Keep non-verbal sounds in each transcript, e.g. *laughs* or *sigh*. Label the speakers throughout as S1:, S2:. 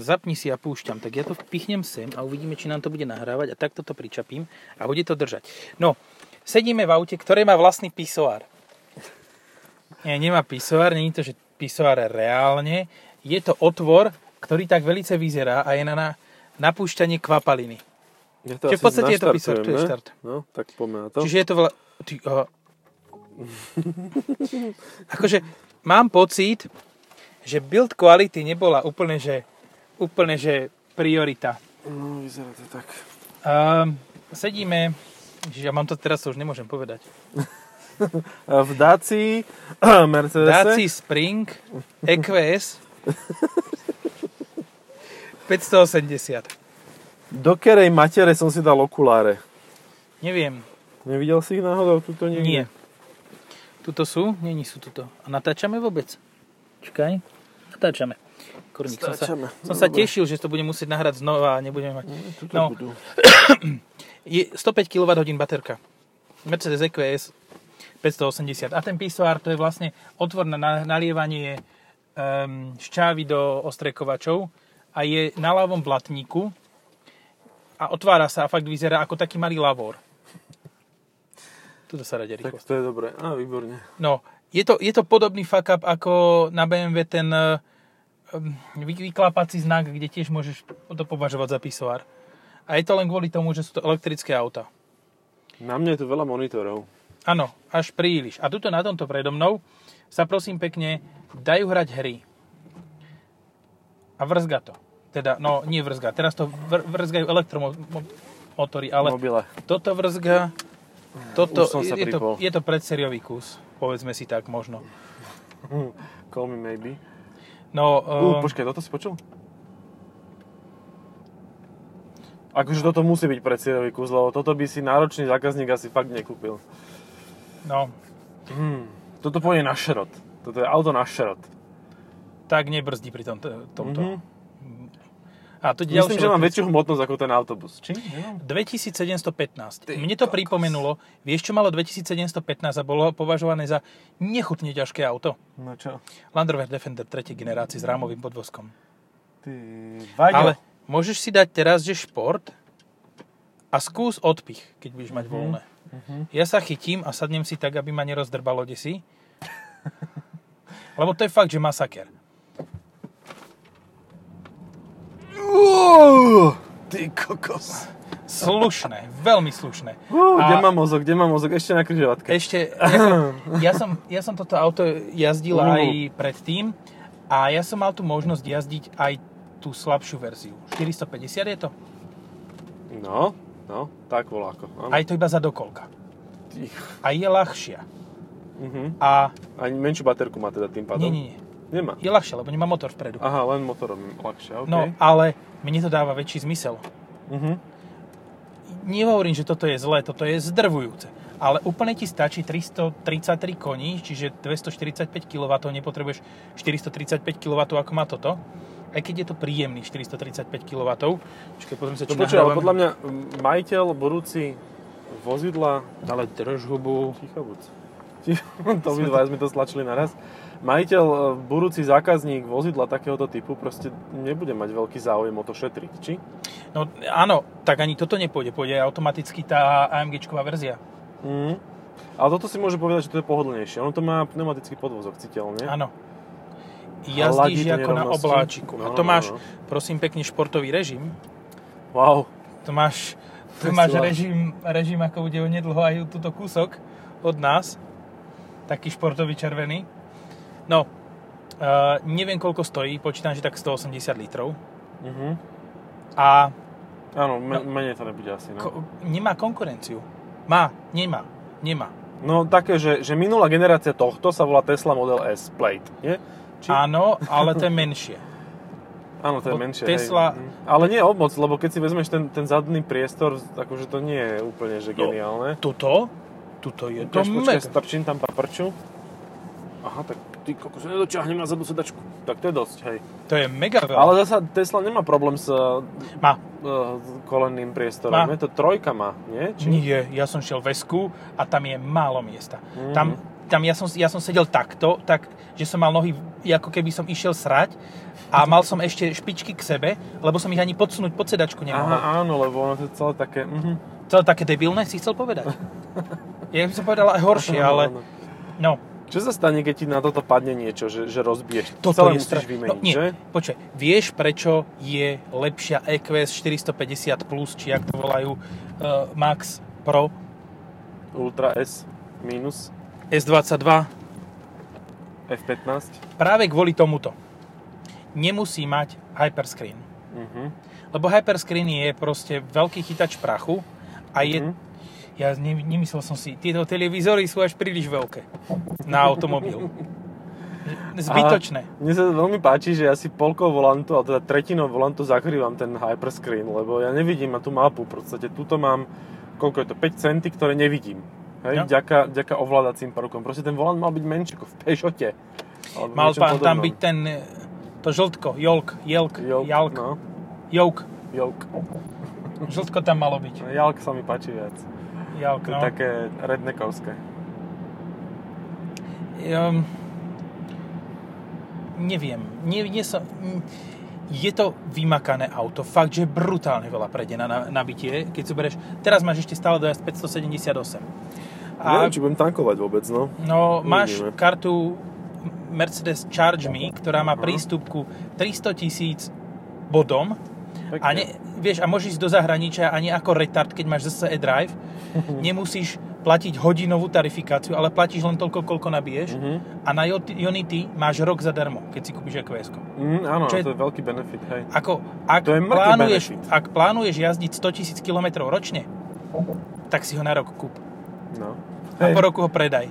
S1: zapni si a púšťam, tak ja to vpichnem sem a uvidíme, či nám to bude nahrávať a takto to pričapím a bude to držať. No, sedíme v aute, ktoré má vlastný pisoár. Nie, nemá pisoár, není to, že pisoár reálne. Je to otvor, ktorý tak velice vyzerá a je na, na napúšťanie kvapaliny.
S2: Ja
S1: Čiže v
S2: asi
S1: podstate je to písor,
S2: naštartujem,
S1: tu je
S2: ne?
S1: štart.
S2: No, tak poďme na to.
S1: Čiže je to veľa... Ty, aha. akože mám pocit, že build quality nebola úplne, že, úplne, že priorita.
S2: No, vyzerá to tak.
S1: Um, sedíme... Čiže ja mám to teraz, to už nemôžem povedať.
S2: A V Daci, *clears throat* Mercedes.
S1: Daci Spring E EQS 580.
S2: Do kerej matere som si dal okuláre.
S1: Neviem,
S2: Nevidel si ich náhodou tuto
S1: nie.
S2: niekde?
S1: Tuto sú? Není sú tuto. A natáčame vôbec? Čakaj. Natáčame. Kurník, som sa,
S2: Stačame.
S1: som sa tešil, že to budem musieť nahrať znova a nebudeme mať.
S2: Tuto
S1: No.
S2: budú.
S1: Je 105 kWh baterka. Mercedes E EQS 580. A ten pisoár to je vlastne otvor na na- nalievanie um, šťávy do ostrekovačov a je na ľavom blatníku a otvára sa a fakt vyzerá ako taký malý lavor. Tuto sa rade
S2: Tak
S1: rýchlosť.
S2: to je dobré. Á, výborne.
S1: No, je to, je to podobný fuck up ako na BMW ten eh, um, vy- vyklápací znak, kde tiež môžeš to považovať za pisoár. A je to len kvôli tomu, že sú to elektrické auta.
S2: Na mne je tu veľa monitorov.
S1: Áno, až príliš. A tuto na tomto predo mnou sa prosím pekne dajú hrať hry. A vrzga to. Teda, no nie vrzga, teraz to vr- vrzgajú elektromotory, ale
S2: Mobile.
S1: toto vrzga, toto,
S2: No. Už som sa
S1: je, to,
S2: pripol.
S1: je to predseriový kus, povedzme si tak možno.
S2: Call me maybe.
S1: No, ehm,
S2: Ú, počkaj, toto si počul? Akože toto musí byť predsierový kus, lebo toto by si náročný zákazník asi fakt nekúpil.
S1: no,
S2: Toto pôjde na šrot. Toto je auto na šrot.
S1: tak nebrzdí pri tom, tomto.
S2: Mhm.
S1: A tu ďalšie
S2: Myslím, že mám
S1: elektrické-
S2: väčšiu hmotnosť ako ten autobus. Či?
S1: 2715. Mne to pripomenulo, vieš čo malo 2715 a bolo považované za nechutne ťažké auto?
S2: No čo?
S1: Land Rover Defender 3. generácie s rámovým podvozkom.
S2: Ty...
S1: Ale
S2: Ale...
S1: môžeš si dať teraz, že šport a skús odpich, keď budeš mať voľné. Ja sa chytím a sadnem si tak, aby ma nerozdrbalo desi. Lebo to je fakt, že masaker.
S2: Uú, ty kokos.
S1: Slušné, veľmi slušné.
S2: Uú,
S1: A-
S2: Kde má mozog, kde má mozog? Ešte na križovatke.
S1: Ešte, ako, ja, som, ja som toto auto jazdil
S2: Mm.
S1: aj predtým a ja som mal tú možnosť jazdiť aj tú slabšiu verziu. 450 je to?
S2: No, no, tak voláko. Áno.
S1: A je to iba za dokolka.
S2: Ty.
S1: A je ľahšia.
S2: Mhm.
S1: A
S2: Ani menšiu baterku má teda tým pádom.
S1: nie, nie, nie.
S2: Nemá.
S1: Je ľahšia, lebo nemá motor vpredu.
S2: Aha, len motorom je ľahšie, OK.
S1: No, ale mne to dáva väčší zmysel.
S2: Mhm.
S1: Nehovorím, že toto je zlé, toto je zdrvujúce. Ale úplne ti stačí 333 koní, čiže 245 kW, nepotrebuješ 435 kW, ako má toto. Aj keď je to príjemný 435 kW. Čiže potom sa
S2: To
S1: či
S2: počuj, No
S1: nahrávam.
S2: ale podľa mňa m, majiteľ budúci vozidla
S1: Ale drž hubu.
S2: Ticho buď. Ticho, to my dva sme to stlačili naraz. Majiteľ, e, budúci zákazník vozidla takéhoto typu proste nebude mať veľký záujem o to šetriť, či?
S1: No áno, tak ani toto nepôjde. Pôjde aj automaticky tá AMG-čková verzia. Mhm.
S2: Mm. Ale toto si môže povedať, že to je pohodlnejšie. Ono to má pneumatický podvozok citeľne.
S1: Áno.
S2: ladí
S1: Jazdíš
S2: to
S1: ako na
S2: nerovnosti.
S1: obláčiku.
S2: No,
S1: a to
S2: no,
S1: máš,
S2: no.
S1: prosím pekne, športový režim.
S2: Wow.
S1: To máš, to
S2: To je
S1: máš
S2: sila.
S1: režim, režim, ako bude onedlho aj túto kúsok od nás. Taký športový červený. No, uh, neviem koľko stojí, počítam, že tak 180 litrov.
S2: Mhm.
S1: A
S2: Áno, me-
S1: No.
S2: menej to nebude asi. No,
S1: ko- nemá konkurenciu. Má, nemá, nemá.
S2: no také, že, že minulá generácia tohto sa volá Tesla Model S Plate, nie? Či-
S1: Áno, ale to je
S2: *laughs*
S1: menšie.
S2: Áno, to je
S1: Bo
S2: menšie.
S1: Tesla-
S2: Hej. Mhm. Ale nie o moc, lebo keď si vezmeš ten, ten zadný priestor, akože to nie je úplne že
S1: No,
S2: geniálne.
S1: Tuto? Tuto je to
S2: Počkaj, počkaj,
S1: mega.
S2: strčím tam paprču. Aha, tak ty kokos, nedoťahnem na zadnú sedačku. Tak to je dosť, hej.
S1: To je mega
S2: Ale
S1: veľa.
S2: zasa Tesla nemá problém s, eh,
S1: Má.
S2: kolenným priestorom.
S1: Má.
S2: Je to trojka má, nie? Či? Mhm.
S1: Nie, ja som šiel vesku a tam je málo miesta. Tam tam ja som, ja som sedel takto, tak, že som mal nohy, ako keby som išiel srať a mal som ešte špičky k sebe, lebo som ich ani podsunúť pod sedačku nemohol.
S2: Aha, áno, lebo ono to je celé také... Mhm.
S1: To je také debilné, si chcel
S2: *laughs*
S1: povedať. Ja by som povedal aj horšie,
S2: no,
S1: ale...
S2: Áno, áno.
S1: No,
S2: Čo sa stane, keď ti na toto padne niečo, že, že rozbiješ?
S1: toto
S2: celé
S1: je
S2: musíš
S1: stra- no,
S2: vymeniť,
S1: nie,
S2: že?
S1: počkaj, vieš prečo je lepšia E EQS 450 Plus, či jak to volajú uh, Max Pro
S2: Ultra S minus
S1: S22?
S2: F15.
S1: Práve kvôli tomuto. Nemusí mať hyperscreen.
S2: Mhm.
S1: Lebo hyperscreen je proste veľký chytač prachu a je...
S2: Mhm.
S1: Ja ne, nemyslel som si, tieto televízory sú až príliš veľké na automobil. Zbytočné.
S2: A mne sa veľmi páči, že ja si polkou volantu, ale teda tretinou volantu zakrývam ten hyperscreen, lebo ja nevidím na tú mapu, v podstate tuto mám, koľko je to, 5 centy, ktoré nevidím. Hej,
S1: No.
S2: vďaka, vďaka ovládacím prvkom. Proste ten volant mal byť menší, ako v Peugeote. alebo v
S1: Mal
S2: niečom
S1: tam, tam
S2: podobnom.
S1: byť ten... e, To žltko, jolk, jelk,
S2: Jolk,
S1: jalk,
S2: no,
S1: jolk.
S2: jolk.
S1: Žltko tam malo byť.
S2: Jalk sa mi páči viac.
S1: Jalk,
S2: To je
S1: no.
S2: také redneckovské.
S1: Um, neviem. Nie, nie som, mm, je to vymakané auto. Fakt, že brutálne veľa prejde na na- nabitie, keď zoberieš... Teraz máš ešte stále dojazd 578. A,
S2: Neviem, či budem tankovať vôbec, no.
S1: no, máš
S2: uvidíme.
S1: kartu Mercedes Charge Me, ktorá má
S2: Aha.
S1: prístup ku 300 tisíc bodom.
S2: Pekne.
S1: A, ne, vieš, a môžeš ísť do zahraničia ani ako retard, keď máš zase e-drive.
S2: Mhm.
S1: Nemusíš platiť hodinovú tarifikáciu, ale platíš len toľko, koľko nabiješ.
S2: Mhm.
S1: A na Iot- Ionity máš rok zadarmo, keď si kúpiš EQS.
S2: Mm, áno,
S1: Čo je-
S2: to je veľký benefit, hej.
S1: Ako, ak,
S2: To je mŕtvy
S1: plánuješ,
S2: benefit.
S1: ak plánuješ jazdiť 100 tisíc km ročne, tak si ho na rok kúp.
S2: No.
S1: A
S2: Hej,
S1: po roku ho predaj.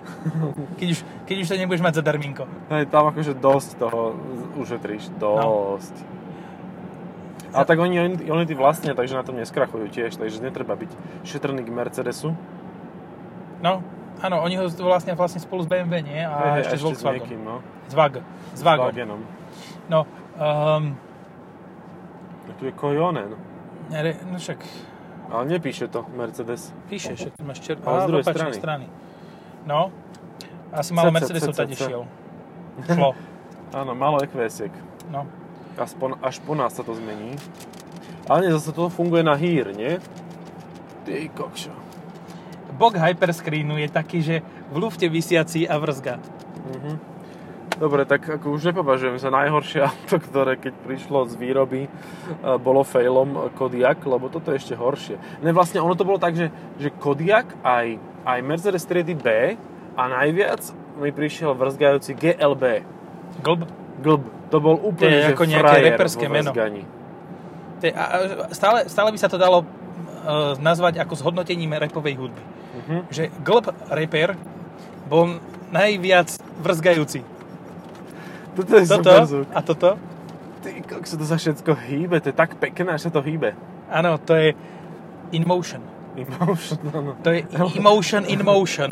S1: Keď už, keď už to nebudeš mať zadarminko.
S2: hej, tam akože dosť toho z- ušetríš,
S1: No.
S2: dosť. A tak oni, oni, oni tí vlastne, takže na tom neskrachujú tiež, takže netreba byť šetrný k Mercedesu.
S1: No, áno, oni ho vlastne, vlastne spolu s BMW, nie? A
S2: hej, hej,
S1: ešte s
S2: s
S1: Volkswagenom.
S2: niekým, no.
S1: S Vag. S Vagom.
S2: Wagenom.
S1: No, um,
S2: A No, tu je Kojonen.
S1: re, no však
S2: Ale nepíše to Mercedes.
S1: píše, že tu máš čer...
S2: Ale z
S1: Á,
S2: druhej
S1: opačnej strany.
S2: strany.
S1: No, asi malo
S2: C, C,
S1: Mercedesov
S2: C,
S1: tady
S2: C. *laughs*
S1: šiel. Šlo.
S2: Áno, malo EQS-iek.
S1: No.
S2: Aspoň, až po nás sa to zmení. Ale nie, zase toto funguje na hýr, nie? Ty kokšo.
S1: Bok hyperscreenu je taký, že v lufte vysiaci a vrzga.
S2: Mhm. Dobre, tak ako už nepovažujem za najhoršie auto, ktoré keď prišlo z výroby, e, bolo failom Kodiak, lebo toto je ešte horšie. Ne, vlastne ono to bolo tak, že, že Kodiak aj, aj Mercedes triedy B a najviac mi prišiel vrzgajúci GLB.
S1: Glb.
S2: Glb. To bol
S1: To
S2: úplne
S1: je
S2: že
S1: ako nejaké
S2: frajer
S1: reperské
S2: vo
S1: meno.
S2: vrzganí.
S1: To je- a- a Stále, stále by sa to dalo e, nazvať ako zhodnotením repovej hudby.
S2: Mhm.
S1: Že glb reper bol najviac vrzgajúci.
S2: Toto je
S1: Toto
S2: super zvuk.
S1: a toto.
S2: Ty, ako sa to za všetko hýbe, to je tak pekné, až sa to hýbe.
S1: Áno, to je in motion.
S2: Emotion, áno.
S1: To je emotion in motion.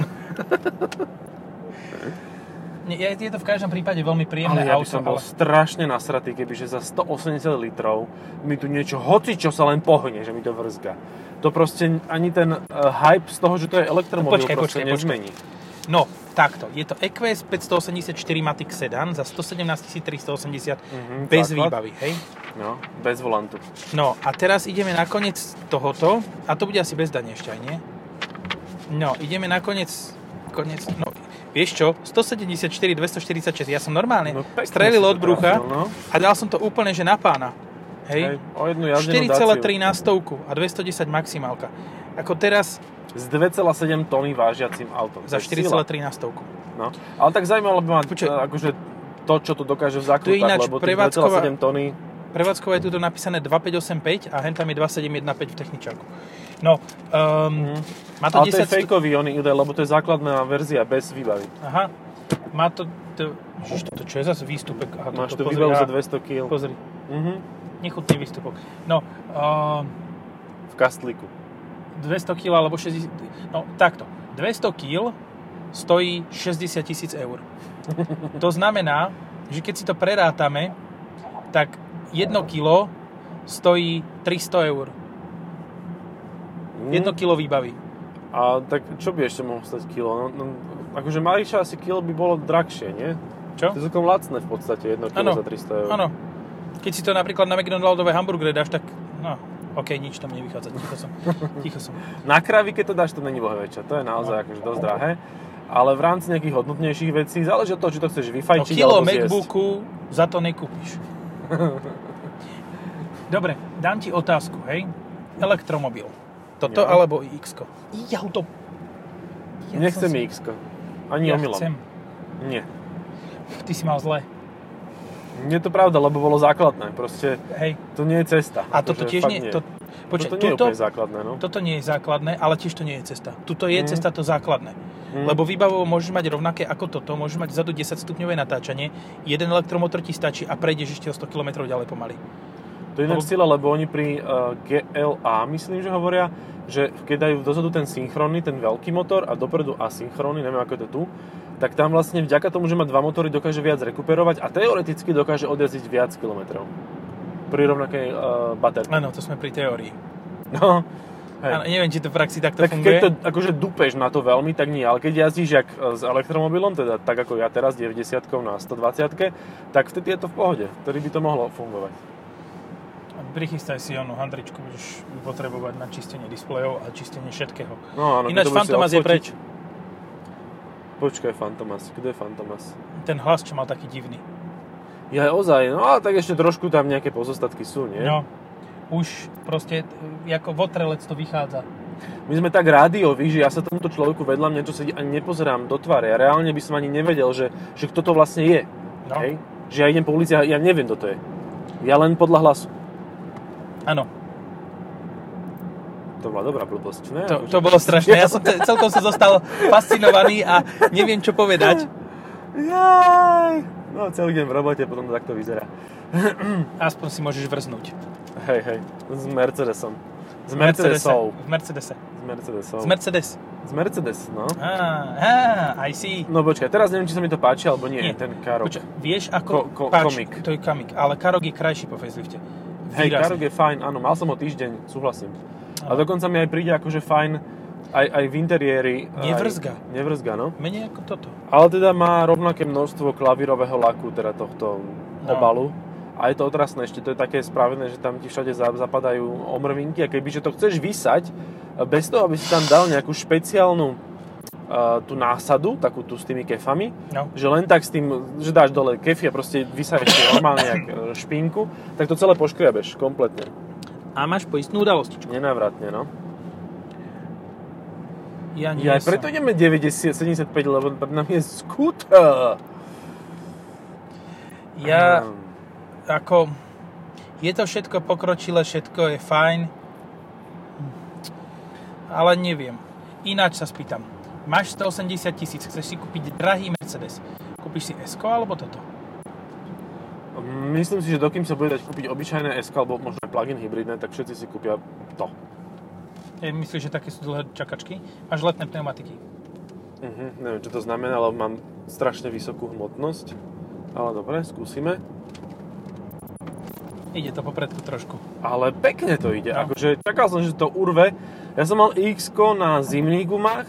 S1: Nie, Je je to v každom prípade veľmi príjemné
S2: Ale ja by
S1: auto.
S2: som bol
S1: ale-
S2: strašne nasratý, kebyže za 180 litrov mi tu niečo, hoci čo sa len pohne, že mi to vrzga. To proste ani ten uh, hype z toho, že to je elektromobil,
S1: Počkaj,
S2: proste
S1: počkaj, počkaj.
S2: nezmení.
S1: No, takto. Je to EQS 584 Matic Sedan za 117 380
S2: Mhm,
S1: bez
S2: základ.
S1: výbavy, hej?
S2: No, bez volantu.
S1: No, a teraz ideme na koniec tohoto. A to bude asi bez dane ešte aj, nie? No, ideme na koniec... Koniec... No, vieš čo? 174, 246. Ja som normálne
S2: No, pekne
S1: strelil
S2: si to
S1: od brucha
S2: trafil, no.
S1: a dal som to úplne, že na pána. Hej?
S2: Hej, o jednu jazdenú
S1: 4,3
S2: 4,3
S1: na stovku a 210 maximálka. Ako teraz
S2: S 2,7 tony vážiacim autom.
S1: za
S2: To je sila.
S1: 4,3 na stovku.
S2: No. Ale tak zaujímalo by ma,
S1: Počkaj.
S2: e, akože to, čo tu dokáže v
S1: Tu je ináč
S2: zákrutách, lebo tých
S1: prevádzková-
S2: 2,7 tony...
S1: Prevádzkové je tu napísané 2585 a hen tam je 2715 v techničáku. No, um,
S2: Mhm.
S1: má to
S2: Ale to je
S1: 10... stu-
S2: fejkový on ide, lebo to je základná verzia bez výbavy.
S1: Aha, má to... to Ježiš, toto čo je zase výstupek? Aha,
S2: Máš tu
S1: toto, No pozri,
S2: výbavu
S1: aha,
S2: za 200 kg.
S1: Pozri,
S2: Mhm.
S1: nechutný výstupok. No, um,
S2: V kastlíku.
S1: 200 kg alebo 60... No, takto. 200 kg stojí 60 tisíc
S2: *laughs*
S1: eur. To znamená, že keď si to prerátame, tak 1 kg stojí 300 eur. 1
S2: Mm.
S1: kg výbavy.
S2: Mhm. A tak čo by ešte mohol stať kilo? No, no, Akože maličo asi kilo by bolo drahšie, nie?
S1: Čo?
S2: To je celkom lacné v podstate, jedno kilo
S1: Áno.
S2: za 300 eur.
S1: Áno. Keď si to napríklad na McDonaldové hamburgere dáš, tak... No, OK, nič tam nevychádza. Ticho
S2: *laughs*
S1: som. Ticho som.
S2: Na kravy, keď to dáš, to není bohe väčšia. To je
S1: No.
S2: naozaj akože dosť drahé. Ale v rámci nejakých hodnotnejších vecí záleží od toho, či to chceš
S1: No,
S2: vyfajčiť
S1: kilo
S2: alebo zjesť.
S1: Macbooku za to nekúpiš. Dobre, dám ti otázku, hej? Elektromobil. Toto
S2: Jo.
S1: alebo X-ko? Ja to... Ja
S2: Nechcem
S1: som si-
S2: X. Ani
S1: ja
S2: omylom.
S1: chcem.
S2: Nie.
S1: Ty si mal zle.
S2: Nie je to pravda, lebo bolo základné. Proste
S1: Hej.
S2: to nie je cesta.
S1: A toto
S2: Akože
S1: tiež
S2: fakt
S1: nie... To, počkaj,
S2: toto nie je
S1: tuto,
S2: úplne základné, no.
S1: toto nie je základné, ale tiež to nie je cesta. Tuto je
S2: Mm.
S1: cesta to základné.
S2: Mm.
S1: Lebo výbavovo môžeš mať rovnaké ako toto, môžeš mať vzadu 10 stupňové natáčanie, jeden elektromotor ti stačí a prejdeš ešte o 100 km ďalej pomaly.
S2: To je inak
S1: lebo-
S2: sila, lebo oni pri uh, GLA, myslím, že hovoria, že keď dajú dozadu ten synchronný, ten veľký motor a dopredu asynchronný, neviem ako je to tu, tak tam vlastne vďaka tomu, že má dva motory, dokáže viac rekuperovať a teoreticky dokáže odjazdiť viac kilometrov pri rovnakej uh, baterke.
S1: Áno, to sme pri teórii.
S2: No, hej.
S1: Áno, neviem, či to v praxi takto
S2: tak keď
S1: funguje.
S2: to akože dupeš na to veľmi, tak nie, ale keď jazdíš jak e, s elektromobilom, teda tak ako ja teraz 90 na 120, tak vtedy je to v pohode, vtedy by to mohlo fungovať.
S1: Prichystaj si onu handričku, budeš ju potrebovať na čistenie displejov a čistenie všetkého.
S2: No, áno,
S1: Ináč
S2: keď to budeš si
S1: Fantomas je
S2: odfotiť-
S1: preč.
S2: Počkaj, Fantomas. Kde je Fantomas?
S1: Ten hlas, čo mal taký divný.
S2: Ja ozaj, no ale tak ešte trošku tam nejaké pozostatky sú, nie?
S1: No, už proste, e, ako votrelec to vychádza.
S2: My sme tak rádioví, že ja sa tomuto človeku vedľa mňa, čo sedí, ani nepozerám do tváre. Ja reálne by som ani nevedel, že, že kto to vlastne je.
S1: No,
S2: Hej? Že ja idem po ulici a ja neviem, kto to je. Ja len podľa hlasu.
S1: áno.
S2: To bola dobrá blbosť, ne?
S1: To, to bolo strašné. Ja som ce- celkom som zostal fascinovaný a neviem, čo povedať.
S2: *laughs* Jaj! No, celý deň v robote, potom to takto vyzerá.
S1: Aspoň si môžeš vrznúť.
S2: Hej, hej. S Mercedesom. S
S1: Mercedese.
S2: Mercedesov.
S1: V Mercedese.
S2: S Mercedesov.
S1: Z Mercedes.
S2: S Mercedes, no.
S1: Á, á, Ah, I see.
S2: No počkaj, teraz neviem, či sa mi to páči, alebo nie,
S1: Nie.
S2: ten Karok.
S1: Počkaj, vieš ako...
S2: Ko- ko-
S1: páči-
S2: komik.
S1: To je komik, ale Karok je krajší po facelifte.
S2: Hej,
S1: Výrazne.
S2: Karok je fajn, áno, mal som ho týždeň, súhlasím. A
S1: Áno.
S2: dokonca mi aj príde akože fajn aj, aj v interiéri. aj-
S1: Nevrzga.
S2: Nevrzga, no.
S1: Menej ako toto.
S2: Ale teda má rovnaké množstvo klavírového laku, teda tohto
S1: No.
S2: obalu. A je to otrasné, ešte to je také spravené, že tam ti všade za- zapadajú omrvinky a kebyže to chceš vysať, eh, bez toho, aby si tam dal nejakú špeciálnu uh, tú násadu, takú tu s tými kefami,
S1: No.
S2: že len tak s tým, že dáš dole kefy a proste vysavíš si normálne jak e, špinku, tak to celé poškriabeš kompletne.
S1: A máš poistnú udalostičku.
S2: Nenávratne, no.
S1: Ja nie
S2: Ja,
S1: som.
S2: preto ideme 90, 75, lebo pred nami je skúter.
S1: Ja
S2: Mm.
S1: ako... Je to všetko pokročilé, všetko je fajn. Ale neviem. Ináč sa spýtam. Máš 180 tisíc, chceš si kúpiť drahý Mercedes. Kúpiš si s alebo toto?
S2: Mm, Myslím si, že dokým sa bude dať kúpiť obyčajné S alebo možno aj plug-in hybridné, tak všetci si kúpia to.
S1: Ja E, myslíš, že také sú dlhé čakačky? Máš letné pneumatiky.
S2: Mhm, neviem, čo to znamená, lebo mám strašne vysokú hmotnosť. Ale dobre, skúsime.
S1: Ide to popredku trošku.
S2: Ale pekne to ide.
S1: No.
S2: Akože čakal som, že to urve. Ja som mal x na zimných gumách.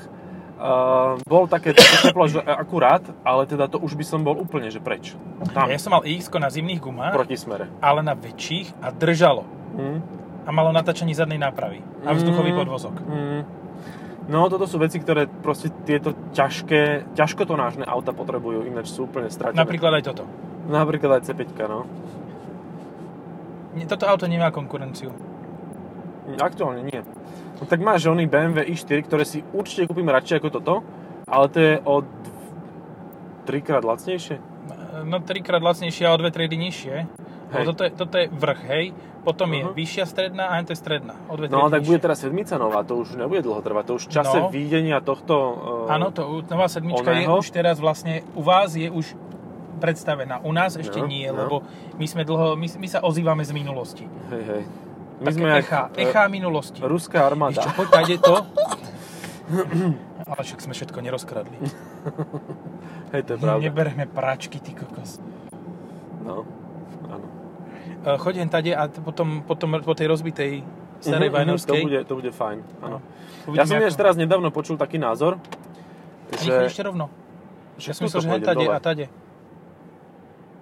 S2: Uh, bol také teplo, že akurát, ale teda to už by som bol úplne, že preč. Tam,
S1: Ja som mal x na zimných
S2: v
S1: gumách,
S2: protismere.
S1: ale na väčších a držalo.
S2: Hm?
S1: A malo natáčanie zadnej nápravy a vzduchový podvozok.
S2: Mm. No, toto sú veci, ktoré proste tieto ťažké, ťažkotonážne auta potrebujú, ináč sú úplne stratené.
S1: Napríklad aj toto.
S2: Napríklad aj C5, no.
S1: Nie, Toto auto nemá konkurenciu.
S2: Hm, Aktuálne nie. No, tak máš oný BMW i4, ktoré si určite kúpim radšej ako toto, ale to je o dv... trikrát lacnejšie.
S1: No trikrát lacnejšie a o dve triedy nižšie. Lebo
S2: Hej.
S1: Toto, je, toto je vrch, hej. Potom je
S2: Mhm.
S1: vyššia stredná a to je stredná. O dve
S2: No ale
S1: triedy
S2: tak bude
S1: nižšie.
S2: teraz sedmica nová, to už nebude dlho trvať, to už v čase
S1: No.
S2: výdenia tohto... eh,
S1: Áno, to u- nová sedmička je
S2: oného.
S1: už teraz vlastne, u vás je už predstavená. U nás ešte
S2: No,
S1: nie,
S2: no.
S1: lebo my sme dlho, my, my sa ozývame z minulosti.
S2: Hej, hej.
S1: My
S2: My sme
S1: sme
S2: jak,
S1: echa,
S2: eh,
S1: echa minulosti.
S2: ruská armáda.
S1: Vieš čo, poď, nájde to. *clears throat* Ale však sme všetko nerozkradli.
S2: Hej, to je pravda.
S1: Nebereme pračky, ty kokos.
S2: No, áno.
S1: E, Choď hen tade a t- potom, potom po tej rozbitej starej
S2: Mhm, mhm,
S1: Vajnorskej. No.
S2: To bude, to bude fajn, áno.
S1: Uvidíme,
S2: Ja som
S1: ako-
S2: ešte teraz nedávno počul taký názor,
S1: Že... Nechod ešte rovno. Ja som myslel, že hen tade a tade.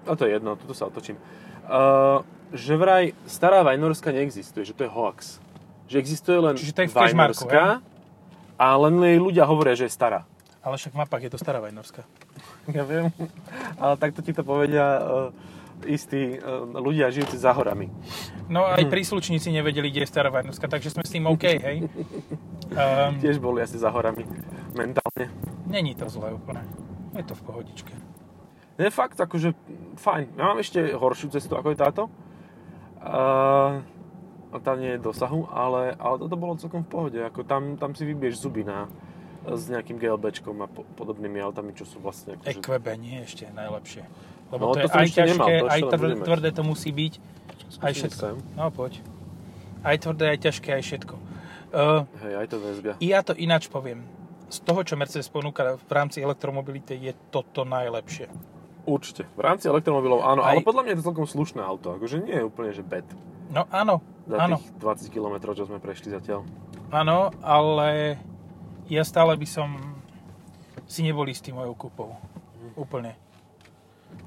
S2: A No, to je jedno, tuto sa otočím. Uh, že vraj stará Vajnorská neexistuje, že to je hoax. Že existuje len
S1: Čiže to je v Kežmarku,
S2: Vajnorská a len jej ľudia hovoria, že je stará.
S1: Ale však v mapách je to stará Vajnorská.
S2: *laughs* Ja viem, ale takto ti to povedia uh, istí uh, ľudia žijúci za horami.
S1: No aj
S2: Mhm.
S1: príslušníci nevedeli, kde je stará Vajnorská, takže sme s tým OK, hej? Um,
S2: Tiež boli asi za horami mentálne.
S1: Není to zlé úplne. Je to v pohodičke.
S2: Ne, fakt, akože fajn. Ja mám ešte horšiu cestu ako je táto. Uh, a tam nie je dosahu, ale, ale toto bolo celkom v pohode. Ako tam, tam si vybieš zuby na, s nejakým GLBčkom a po, podobnými autami, čo sú vlastne... Akože,
S1: EQB E nie je ešte najlepšie.
S2: No,
S1: Lebo to, je
S2: to som
S1: aj
S2: ešte
S1: ťažké,
S2: nemal, to ešte
S1: aj
S2: len
S1: tvr,
S2: budeme.
S1: tvrdé to musí byť. Aj
S2: Skúsim
S1: všetko.
S2: sem.
S1: No poď. Aj tvrdé, aj ťažké, aj všetko. Uh,
S2: Hej, aj to väzbia.
S1: ja to ináč poviem. Z toho, čo Mercedes ponúka v rámci elektromobility, je toto najlepšie.
S2: Určite. V rámci elektromobilov áno,
S1: Aj-
S2: ale podľa mňa je to celkom slušné auto. Akože nie je úplne, že bed.
S1: No áno,
S2: Za
S1: áno,
S2: tých 20 km, čo sme prešli zatiaľ.
S1: áno, ale ja stále by som si nebol istý mojou kúpou. Úplne.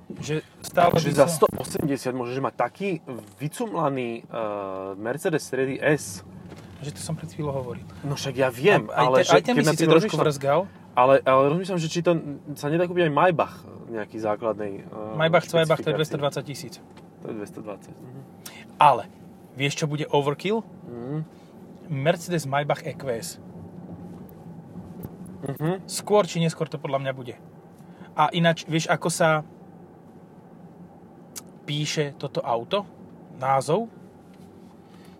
S1: Že stále
S2: Takže
S1: by
S2: za
S1: som...
S2: 180 môžeš mať taký vycumlaný uh, Mercedes Sredy S.
S1: Že to som pred chvíľou hovoril.
S2: No však ja viem,
S1: aj,
S2: ale...
S1: te,
S2: že
S1: aj ten
S2: keď
S1: by
S2: nad
S1: si si
S2: tým
S1: trošku
S2: rozmýšľam-
S1: vrzgal.
S2: ale, ale rozmýšľam, že či to sa nedá kúpiť aj Maybach nejaký základnej uh,
S1: Maybach, Zweibach, to je
S2: špecifikácii.
S1: 220 tisíc.
S2: To je 220. Mhm.
S1: Ale, vieš čo bude overkill?
S2: Mhm.
S1: Mercedes Maybach E EQS.
S2: Mhm.
S1: Skôr či neskôr to podľa mňa bude. A ináč, vieš, ako sa píše toto auto? Názov?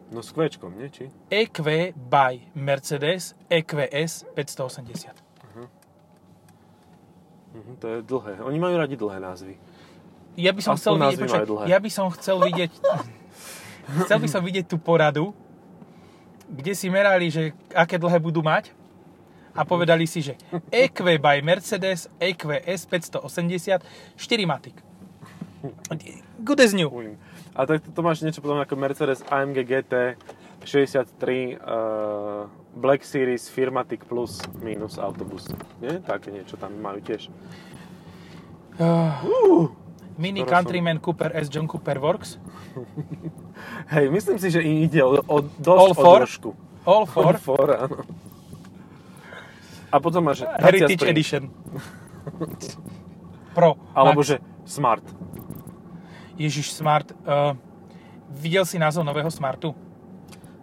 S2: No s kvéčkom, nie? Či?
S1: EQ by Mercedes E EQS 580.
S2: Mhm, to je dlhé. Oni majú radi dlhé názvy.
S1: Ja by som
S2: Aspoň
S1: chcel vidieť,
S2: názvy
S1: počkaj,
S2: majú dlhé.
S1: ja by som chcel vidieť, *laughs* chcel by som vidieť tú poradu, kde si merali, že aké dlhé budú mať a povedali si, že EQ by Mercedes E EQS 580 4matic. Good as new.
S2: Uím. A tak to, to máš niečo podobné ako Mercedes AMG GT 63 uh, Black Series Firmatic Plus minus autobus. Nie? Také niečo tam majú tiež. Uh,
S1: Mini
S2: Skoro som-
S1: Countryman Cooper S John Cooper Works.
S2: hej, myslím si, že im ide o, o dosť
S1: All
S2: o
S1: four?
S2: trošku.
S1: All
S2: All
S1: for
S2: four, áno. A potom máš Dacia
S1: Heritage
S2: Spring.
S1: Edition. Pro.
S2: *laughs* Alebo
S1: Max.
S2: že Smart.
S1: Ježiš Smart. Uh, videl si názov nového Smartu?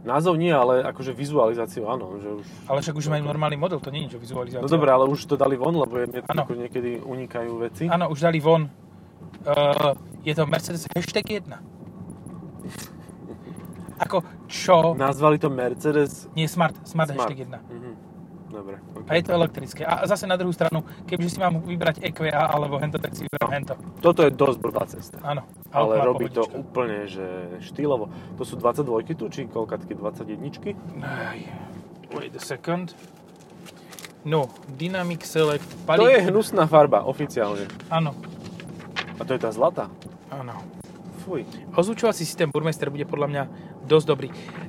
S2: Názov nie, ale akože vizualizáciu áno. Že už...
S1: Ale však už majú normálny model, to nie je nič o vizualizácii.
S2: No dobre, ale už to dali von, lebo je,
S1: Áno.
S2: ako niekedy unikajú veci.
S1: Áno, už dali von. Uh, je to Mercedes hashtag 1. Ako čo?
S2: Nazvali to Mercedes.
S1: Nie, smart, smart, smart.
S2: Smart.
S1: hashtag 1.
S2: Mhm. Dobre.
S1: A je to elektrické. A zase na druhú stranu, keďže si mám vybrať EQA alebo hento, tak si vyberám hento.
S2: Toto je dosť blbá cesta.
S1: Áno. auto
S2: Ale
S1: má
S2: robí to
S1: pohodička.
S2: úplne, že štýlovo. To sú 22 tu, či koľkatky 21
S1: Aj, Wait a second. No, Dynamic Select,
S2: To je
S1: palík.
S2: hnusná farba, oficiálne.
S1: Áno,
S2: A to je tá zlatá.
S1: áno.
S2: Fuj.
S1: Ozvučovací systém Burmester bude podľa mňa dosť dobrý.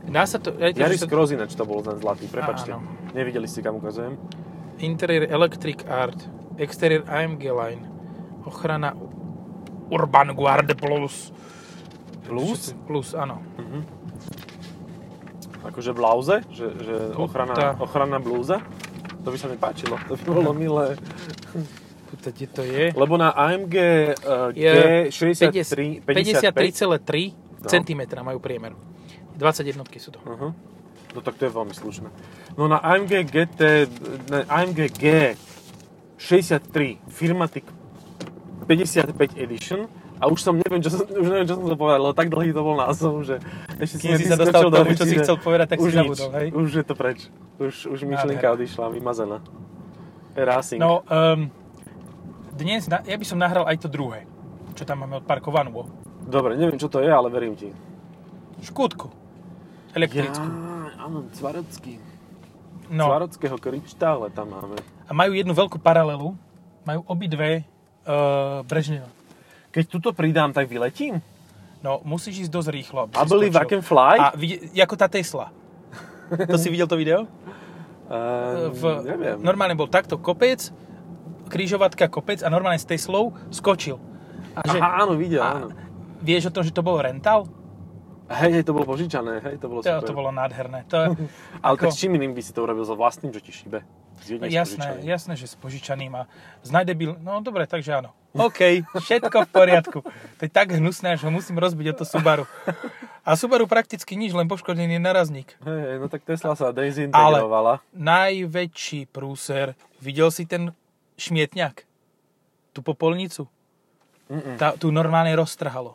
S1: Dá sa to... aj to, že
S2: Jaris
S1: sa-
S2: Cross ináč to bol ten zlatý, prepačte.
S1: Áno.
S2: Nevideli ste, kam ukazujem.
S1: Interiér Electric Art, exteriér AMG Line, ochrana Urban Guard Plus.
S2: Plus?
S1: Plus, áno.
S2: Akože blauze, že, že
S1: Tá.
S2: ochrana, ochrana blúza. To by sa mi páčilo, to by bolo milé.
S1: Puta, kde to je?
S2: Lebo na AMG
S1: Je
S2: eh, G63, 55.
S1: 53,3
S2: No.
S1: cm majú priemer. 21 sú to.
S2: Aha. No tak to je veľmi slušné. No na AMG GT, na AMG G63 Firmatic 55 Edition a už som neviem, čo som, už neviem, čo som to povedal, lebo tak dlhý to bol názov, že ešte
S1: Kým
S2: mi
S1: si
S2: ty
S1: sa dostal
S2: skočil
S1: k tomu, čo
S2: reči,
S1: si
S2: že
S1: chcel povedať, tak si
S2: už nič,
S1: zabudol, hej?
S2: Už je to preč. Už, už myšlienka odišla, vymazaná. Racing.
S1: No, um, dnes, na, ja by som nahral aj to druhé, čo tam máme odparkovanú.
S2: Dobre, neviem, čo to je, ale verím ti.
S1: Škúdku.
S2: Ja,
S1: Elektrickú.
S2: áno, Cvarocký.
S1: No.
S2: Cvarockého kryštále tam máme.
S1: A majú jednu veľkú paralelu. Majú obidve uh, Brežneva.
S2: Keď tuto pridám, tak vyletím?
S1: No, musíš ísť dosť rýchlo. aby
S2: I
S1: si
S2: believe I
S1: skočil.
S2: can fly? *laughs*
S1: A vide, ako tá Tesla. To si videl to video?
S2: Ehm,
S1: Eh, v, no,
S2: neviem.
S1: normálne bol takto kopec, krížovatka kopec a normálne s Teslou skočil. A že
S2: Aha, áno, videl,
S1: a-
S2: áno.
S1: vieš o tom, že to bolo rental?
S2: Hej, hej, to bolo požičané, hej, to bolo
S1: To,
S2: super.
S1: to bolo nádherné. To,
S2: *laughs* Ale
S1: ako-
S2: tak s čím iným by si to urobil za vlastným, čo ti šibe? S jedným
S1: jasné,
S2: požičaným.
S1: jasné, že s požičaným a s najdebil... No dobre, takže áno. OK, všetko v poriadku. To je tak hnusné, že ho musím rozbiť o to Subaru. A Subaru prakticky nič, len poškodený narazník.
S2: Hej, hej, no tak Tesla sa dezintegrovala.
S1: Najväčší prúser. Videl si ten šmietňak? Tú popolnicu? Tá, tu normálne roztrhalo.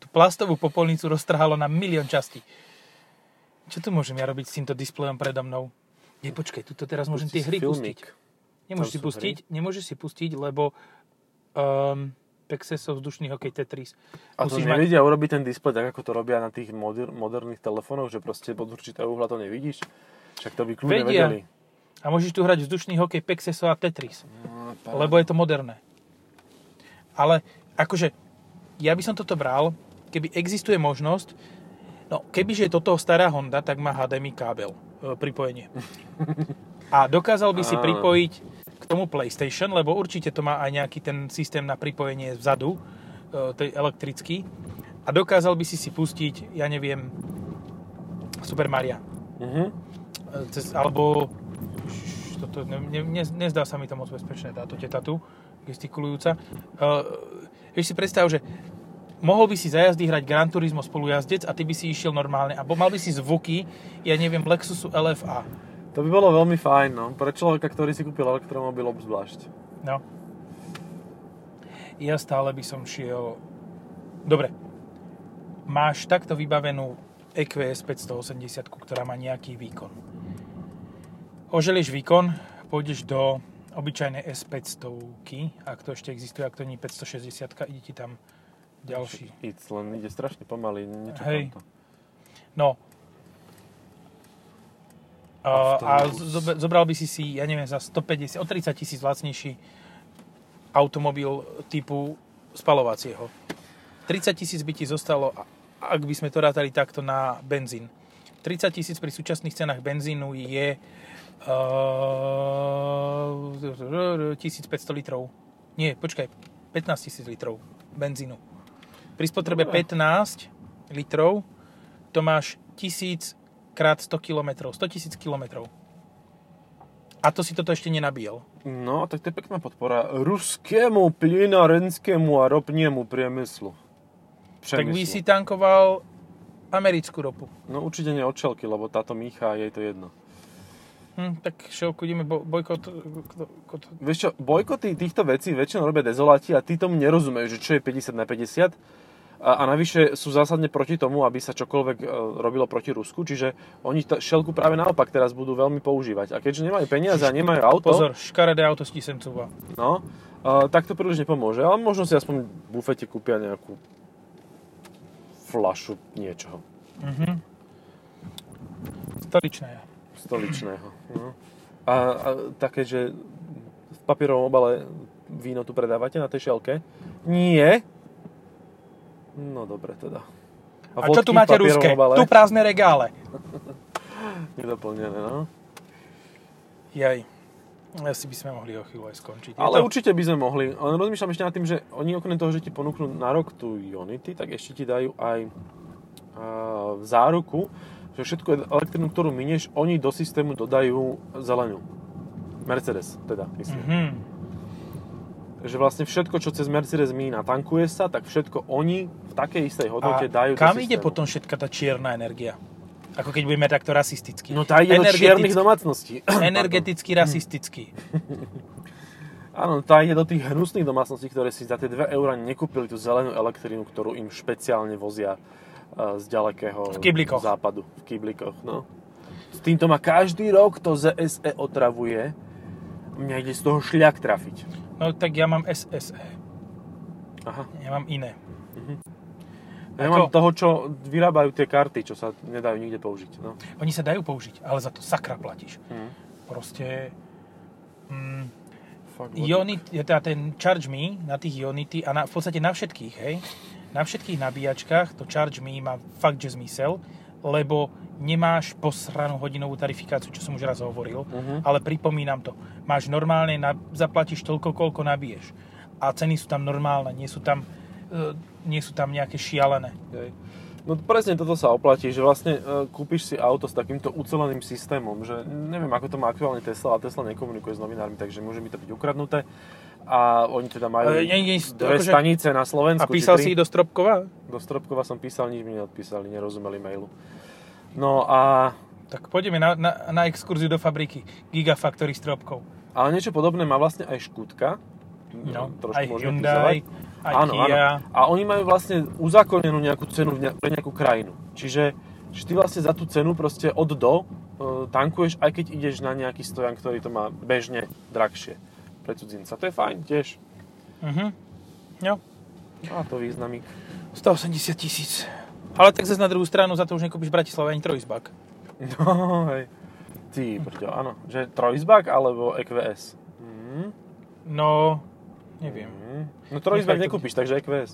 S1: Tú plastovú popolnicu roztrhalo na milión častí. Čo tu môžem ja robiť s týmto displejom predo mnou? Nie, počkaj, tuto teraz môžem tie
S2: Pusti si
S1: hry
S2: filmík.
S1: pustiť. Nemôžeš
S2: Tam
S1: si
S2: sú
S1: pustiť, nemôžeš si pustiť, lebo um, Pexesov vzdušný hokej Tetris.
S2: A to
S1: mať-
S2: nevedia urobiť ten displej tak, ako to robia na tých moder- moderných telefónoch, že proste pod určitého uhla to nevidíš. Však to by kľudne
S1: Vedia.
S2: vedeli.
S1: A môžeš tu hrať vzdušný hokej Pexesov a Tetris. lebo je to moderné. Ale akože, ja by som toto bral, keby existuje možnosť, no kebyže je toto stará Honda, tak má HDMI kábel, e, *laughs* pripojenie. A dokázal by si
S2: Áno.
S1: pripojiť k tomu PlayStation, lebo určite to má aj nejaký ten systém na pripojenie vzadu, e, to je elektrický. A dokázal by si si pustiť, ja neviem, Super Mario.
S2: Mhm.
S1: E, cez, alebo Š- toto, ne, ne, ne, nezdá sa mi to moc bezpečné táto teta tu gestikulujúca uh, vieš si predstav, že mohol by si za jazdy hrať Gran Turismo spolujazdec a ty by si išiel normálne a bo- mal by si zvuky, ja neviem, Lexusu LFA
S2: To by bolo veľmi fajn, no. Pre človeka, ktorý si kúpil elektromobil obzvlášť.
S1: no ja stále by som šiel dobre máš takto vybavenú E EQS 580, ktorá má nejaký výkon oželieš výkon, pôjdeš do obyčajnej S500, ak to ešte existuje, ak to nie je 560, ide ti tam ďalší.
S2: Nic, len ide strašne pomaly, niečo
S1: Hej.
S2: to.
S1: No. A, a
S2: Autobus.
S1: zobe- zobral by si si, ja neviem, za 150, o 30 tisíc lacnejší automobil typu spalovacieho. 30 tisíc by ti zostalo, a- ak by sme to rátali takto, na benzín. 30 tisíc pri súčasných cenách benzínu je eh, uh, 1500 litrov. Nie, počkaj, 15 tisíc litrov benzínu. Pri spotrebe
S2: Dobre.
S1: 15 litrov to máš 1000 krát 100 km, 100 tisíc km. A to si toto ešte nenabíjal.
S2: No, tak to je pekná podpora ruskému plynárenskému a ropnému priemyslu.
S1: Tak by
S2: Přemyslu.
S1: si tankoval americkú ropu.
S2: No určite nie od Šelky, lebo táto Micha, jej to jedno.
S1: Hm, tak šelku ideme bo- bojkot... kto- kto-
S2: Vieš čo, bojkoty týchto vecí väčšinou robia dezoláti a tí tomu nerozumejú, že čo je 50 na 50. A, a navyše sú zásadne proti tomu, aby sa čokoľvek e, robilo proti Rusku, čiže oni t- šelku práve naopak teraz budú veľmi používať. A keďže nemajú peniaze a nemajú auto,
S1: Pozor, škaredé auto s tisem cuba.
S2: no, e, tak to príliš nepomôže. Ale možno si aspoň v bufete kúpia nejakú flašu niečoho
S1: Mhm. Stoličné.
S2: stoličného. No. A, a také, že v papierovom obale víno tu predávate na tej šelke? Nie. No dobre teda.
S1: A, čo
S2: vodky
S1: tu
S2: v
S1: máte
S2: papierovom
S1: ruské?
S2: obale?
S1: Tu prázdne regále.
S2: Nedoplnené, no.
S1: Jaj. Asi by sme mohli o chvíľu aj skončiť. Je
S2: Ale
S1: to-
S2: určite by sme mohli. Len rozmýšľam ešte nad tým, že oni okrem toho, že ti ponúknú na rok tú Unity, tak ešte ti dajú aj a, v záruku, že všetko elektrínu, ktorú minieš, oni do systému dodajú zelenú. Mercedes, teda, myslím.
S1: Mhm.
S2: že vlastne všetko, čo cez Mercedes mini natankuje sa, tak všetko oni v takej istej
S1: A
S2: hodnote dajú
S1: kam
S2: do
S1: ide
S2: systému.
S1: potom všetka tá čierna energia? Ako keď budeme takto rasisticky.
S2: No tá ide do čiernych
S1: *clears throat*
S2: domácností.
S1: energeticky rasistický.
S2: Pardon. Áno, tá ide do tých hnusných domácností, ktoré si za tie 2 eurá nekúpili tú zelenú elektrínu, ktorú im špeciálne vozia e, z ďalekého
S1: V kyblíkoch.
S2: západu. V kyblikoch, no. S týmto ma každý rok to ZSE otravuje. Mňa ide z toho šľak trafiť.
S1: No tak ja mám SSE,
S2: Aha.
S1: ja mám iné. Ako-
S2: Ja mám toho, čo vyrábajú tie karty, čo sa nedajú nikde použiť. No.
S1: Oni sa dajú použiť, ale za to sakra platíš.
S2: Hm.
S1: Proste... Mm,
S2: Fakt,
S1: Ionity, teda ten Charge Me na tých Ionity a na, v podstate na všetkých, hej, na všetkých nabíjačkách to Charge Me má fakt, že zmysel. lebo nemáš posranú hodinovú tarifikáciu, čo som už raz hovoril,
S2: Mhm.
S1: ale pripomínam to. Máš normálne, na, zaplatíš toľko, koľko nabiješ. A ceny sú tam normálne, nie sú tam, e, nie sú tam nejaké šialené.
S2: Hej. No presne toto sa oplatí, že vlastne e, kúpiš si auto s takýmto uceleným systémom, že neviem, ako to má aktuálne Tesla, ale Tesla nekomunikuje s novinármi, takže môže mi to byť ukradnuté. A oni teda majú
S1: Ale nie, nie,
S2: dve
S1: akože-
S2: stanice na Slovensku.
S1: A písal si
S2: či tri.
S1: do Stropkova?
S2: Do Stropkova som písal, nič mi neodpísali, nerozumeli mailu. No a...
S1: Tak pôjdeme na, na, na exkurziu do fabriky Gigafactory Stropkov.
S2: Ale niečo podobné má vlastne aj Škúdka.
S1: No,
S2: trošku
S1: aj
S2: môžeme
S1: Hyundai,
S2: kritizovať.
S1: aj
S2: áno,
S1: Kia.
S2: áno. A oni majú vlastne uzákonenú nejakú cenu v ne- pre nejakú krajinu. Čiže, čiže ty vlastne za tú cenu proste od do e, tankuješ, aj keď ideš na nejaký stojan, ktorý to má bežne drahšie pre cudzinca. To je fajn tiež.
S1: Mhm. Jo,
S2: Má to významík.
S1: 180 tisíc. Ale tak zase na druhú stranu za to už nekúpiš v Bratislave ani trojizbak.
S2: *laughs* No, hej. Ty, brďo, áno. Že trojizbak alebo E EQS? Mm.
S1: No, neviem.
S2: Mm. No trojizbak
S1: Nechaj to
S2: nekúpiš, takže EQS.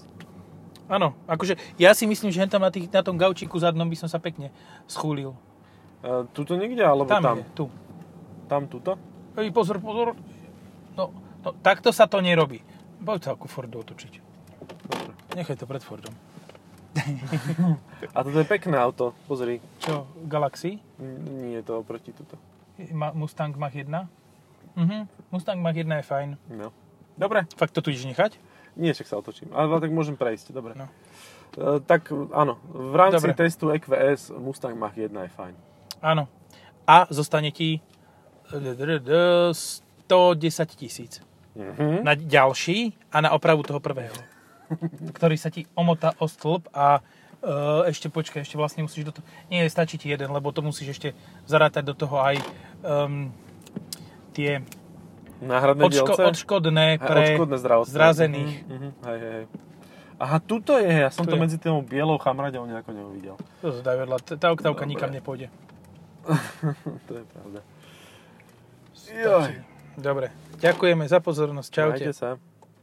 S1: Áno, akože ja si myslím, že hentam na, tých, na tom gaučíku zadnom by som sa pekne schúlil.
S2: E, tuto niekde, alebo
S1: Tam,
S2: tam?
S1: tam. Je, tu.
S2: tam tuto?
S1: Ej, pozor, pozor. No, no, takto sa to nerobí. Poď sa ku Fordu otočiť.
S2: Dobre.
S1: Nechaj to pred Fordom.
S2: A toto je pekné auto, pozri.
S1: Čo, Galaxy?
S2: N- Nie je to oproti tuto.
S1: Ma, Mustang Mach 1? Mhm, Mustang Mach 1 je fajn.
S2: No.
S1: Dobre. Fakt to tu ideš nechať?
S2: Nie, však sa otočím. Ale tak môžem prejsť, dobre.
S1: No.
S2: E, tak áno, v rámci
S1: Dobre.
S2: dobre. testu EQS Mustang Mach 1 je fajn.
S1: Áno. A zostane ti e, d- d- d- 110 tisíc.
S2: Mhm.
S1: Na ďalší a na opravu toho prvého. ktorý sa ti omotá o stĺp a e, ešte počkaj, ešte vlastne musíš do toho... Nie, stačí ti jeden, lebo to musíš ešte zarátať do toho aj um, tie
S2: Náhradné
S1: odško,
S2: dielce?
S1: odškodné
S2: Hej,
S1: pre...
S2: odškodné zdravotné.
S1: zrazených.
S2: Mhm, mhm, hej, hej, hej. Aha, tuto je, ja som
S1: Tu
S2: to
S1: je.
S2: medzi tou bielou chamraďou nejako neuvidel. *laughs*
S1: To sa daj vedľa, t- tá oktávka
S2: Dobre.
S1: nikam nepôjde.
S2: to je pravda.
S1: Dobre, ďakujeme za pozornosť, čaute.
S2: Majte sa.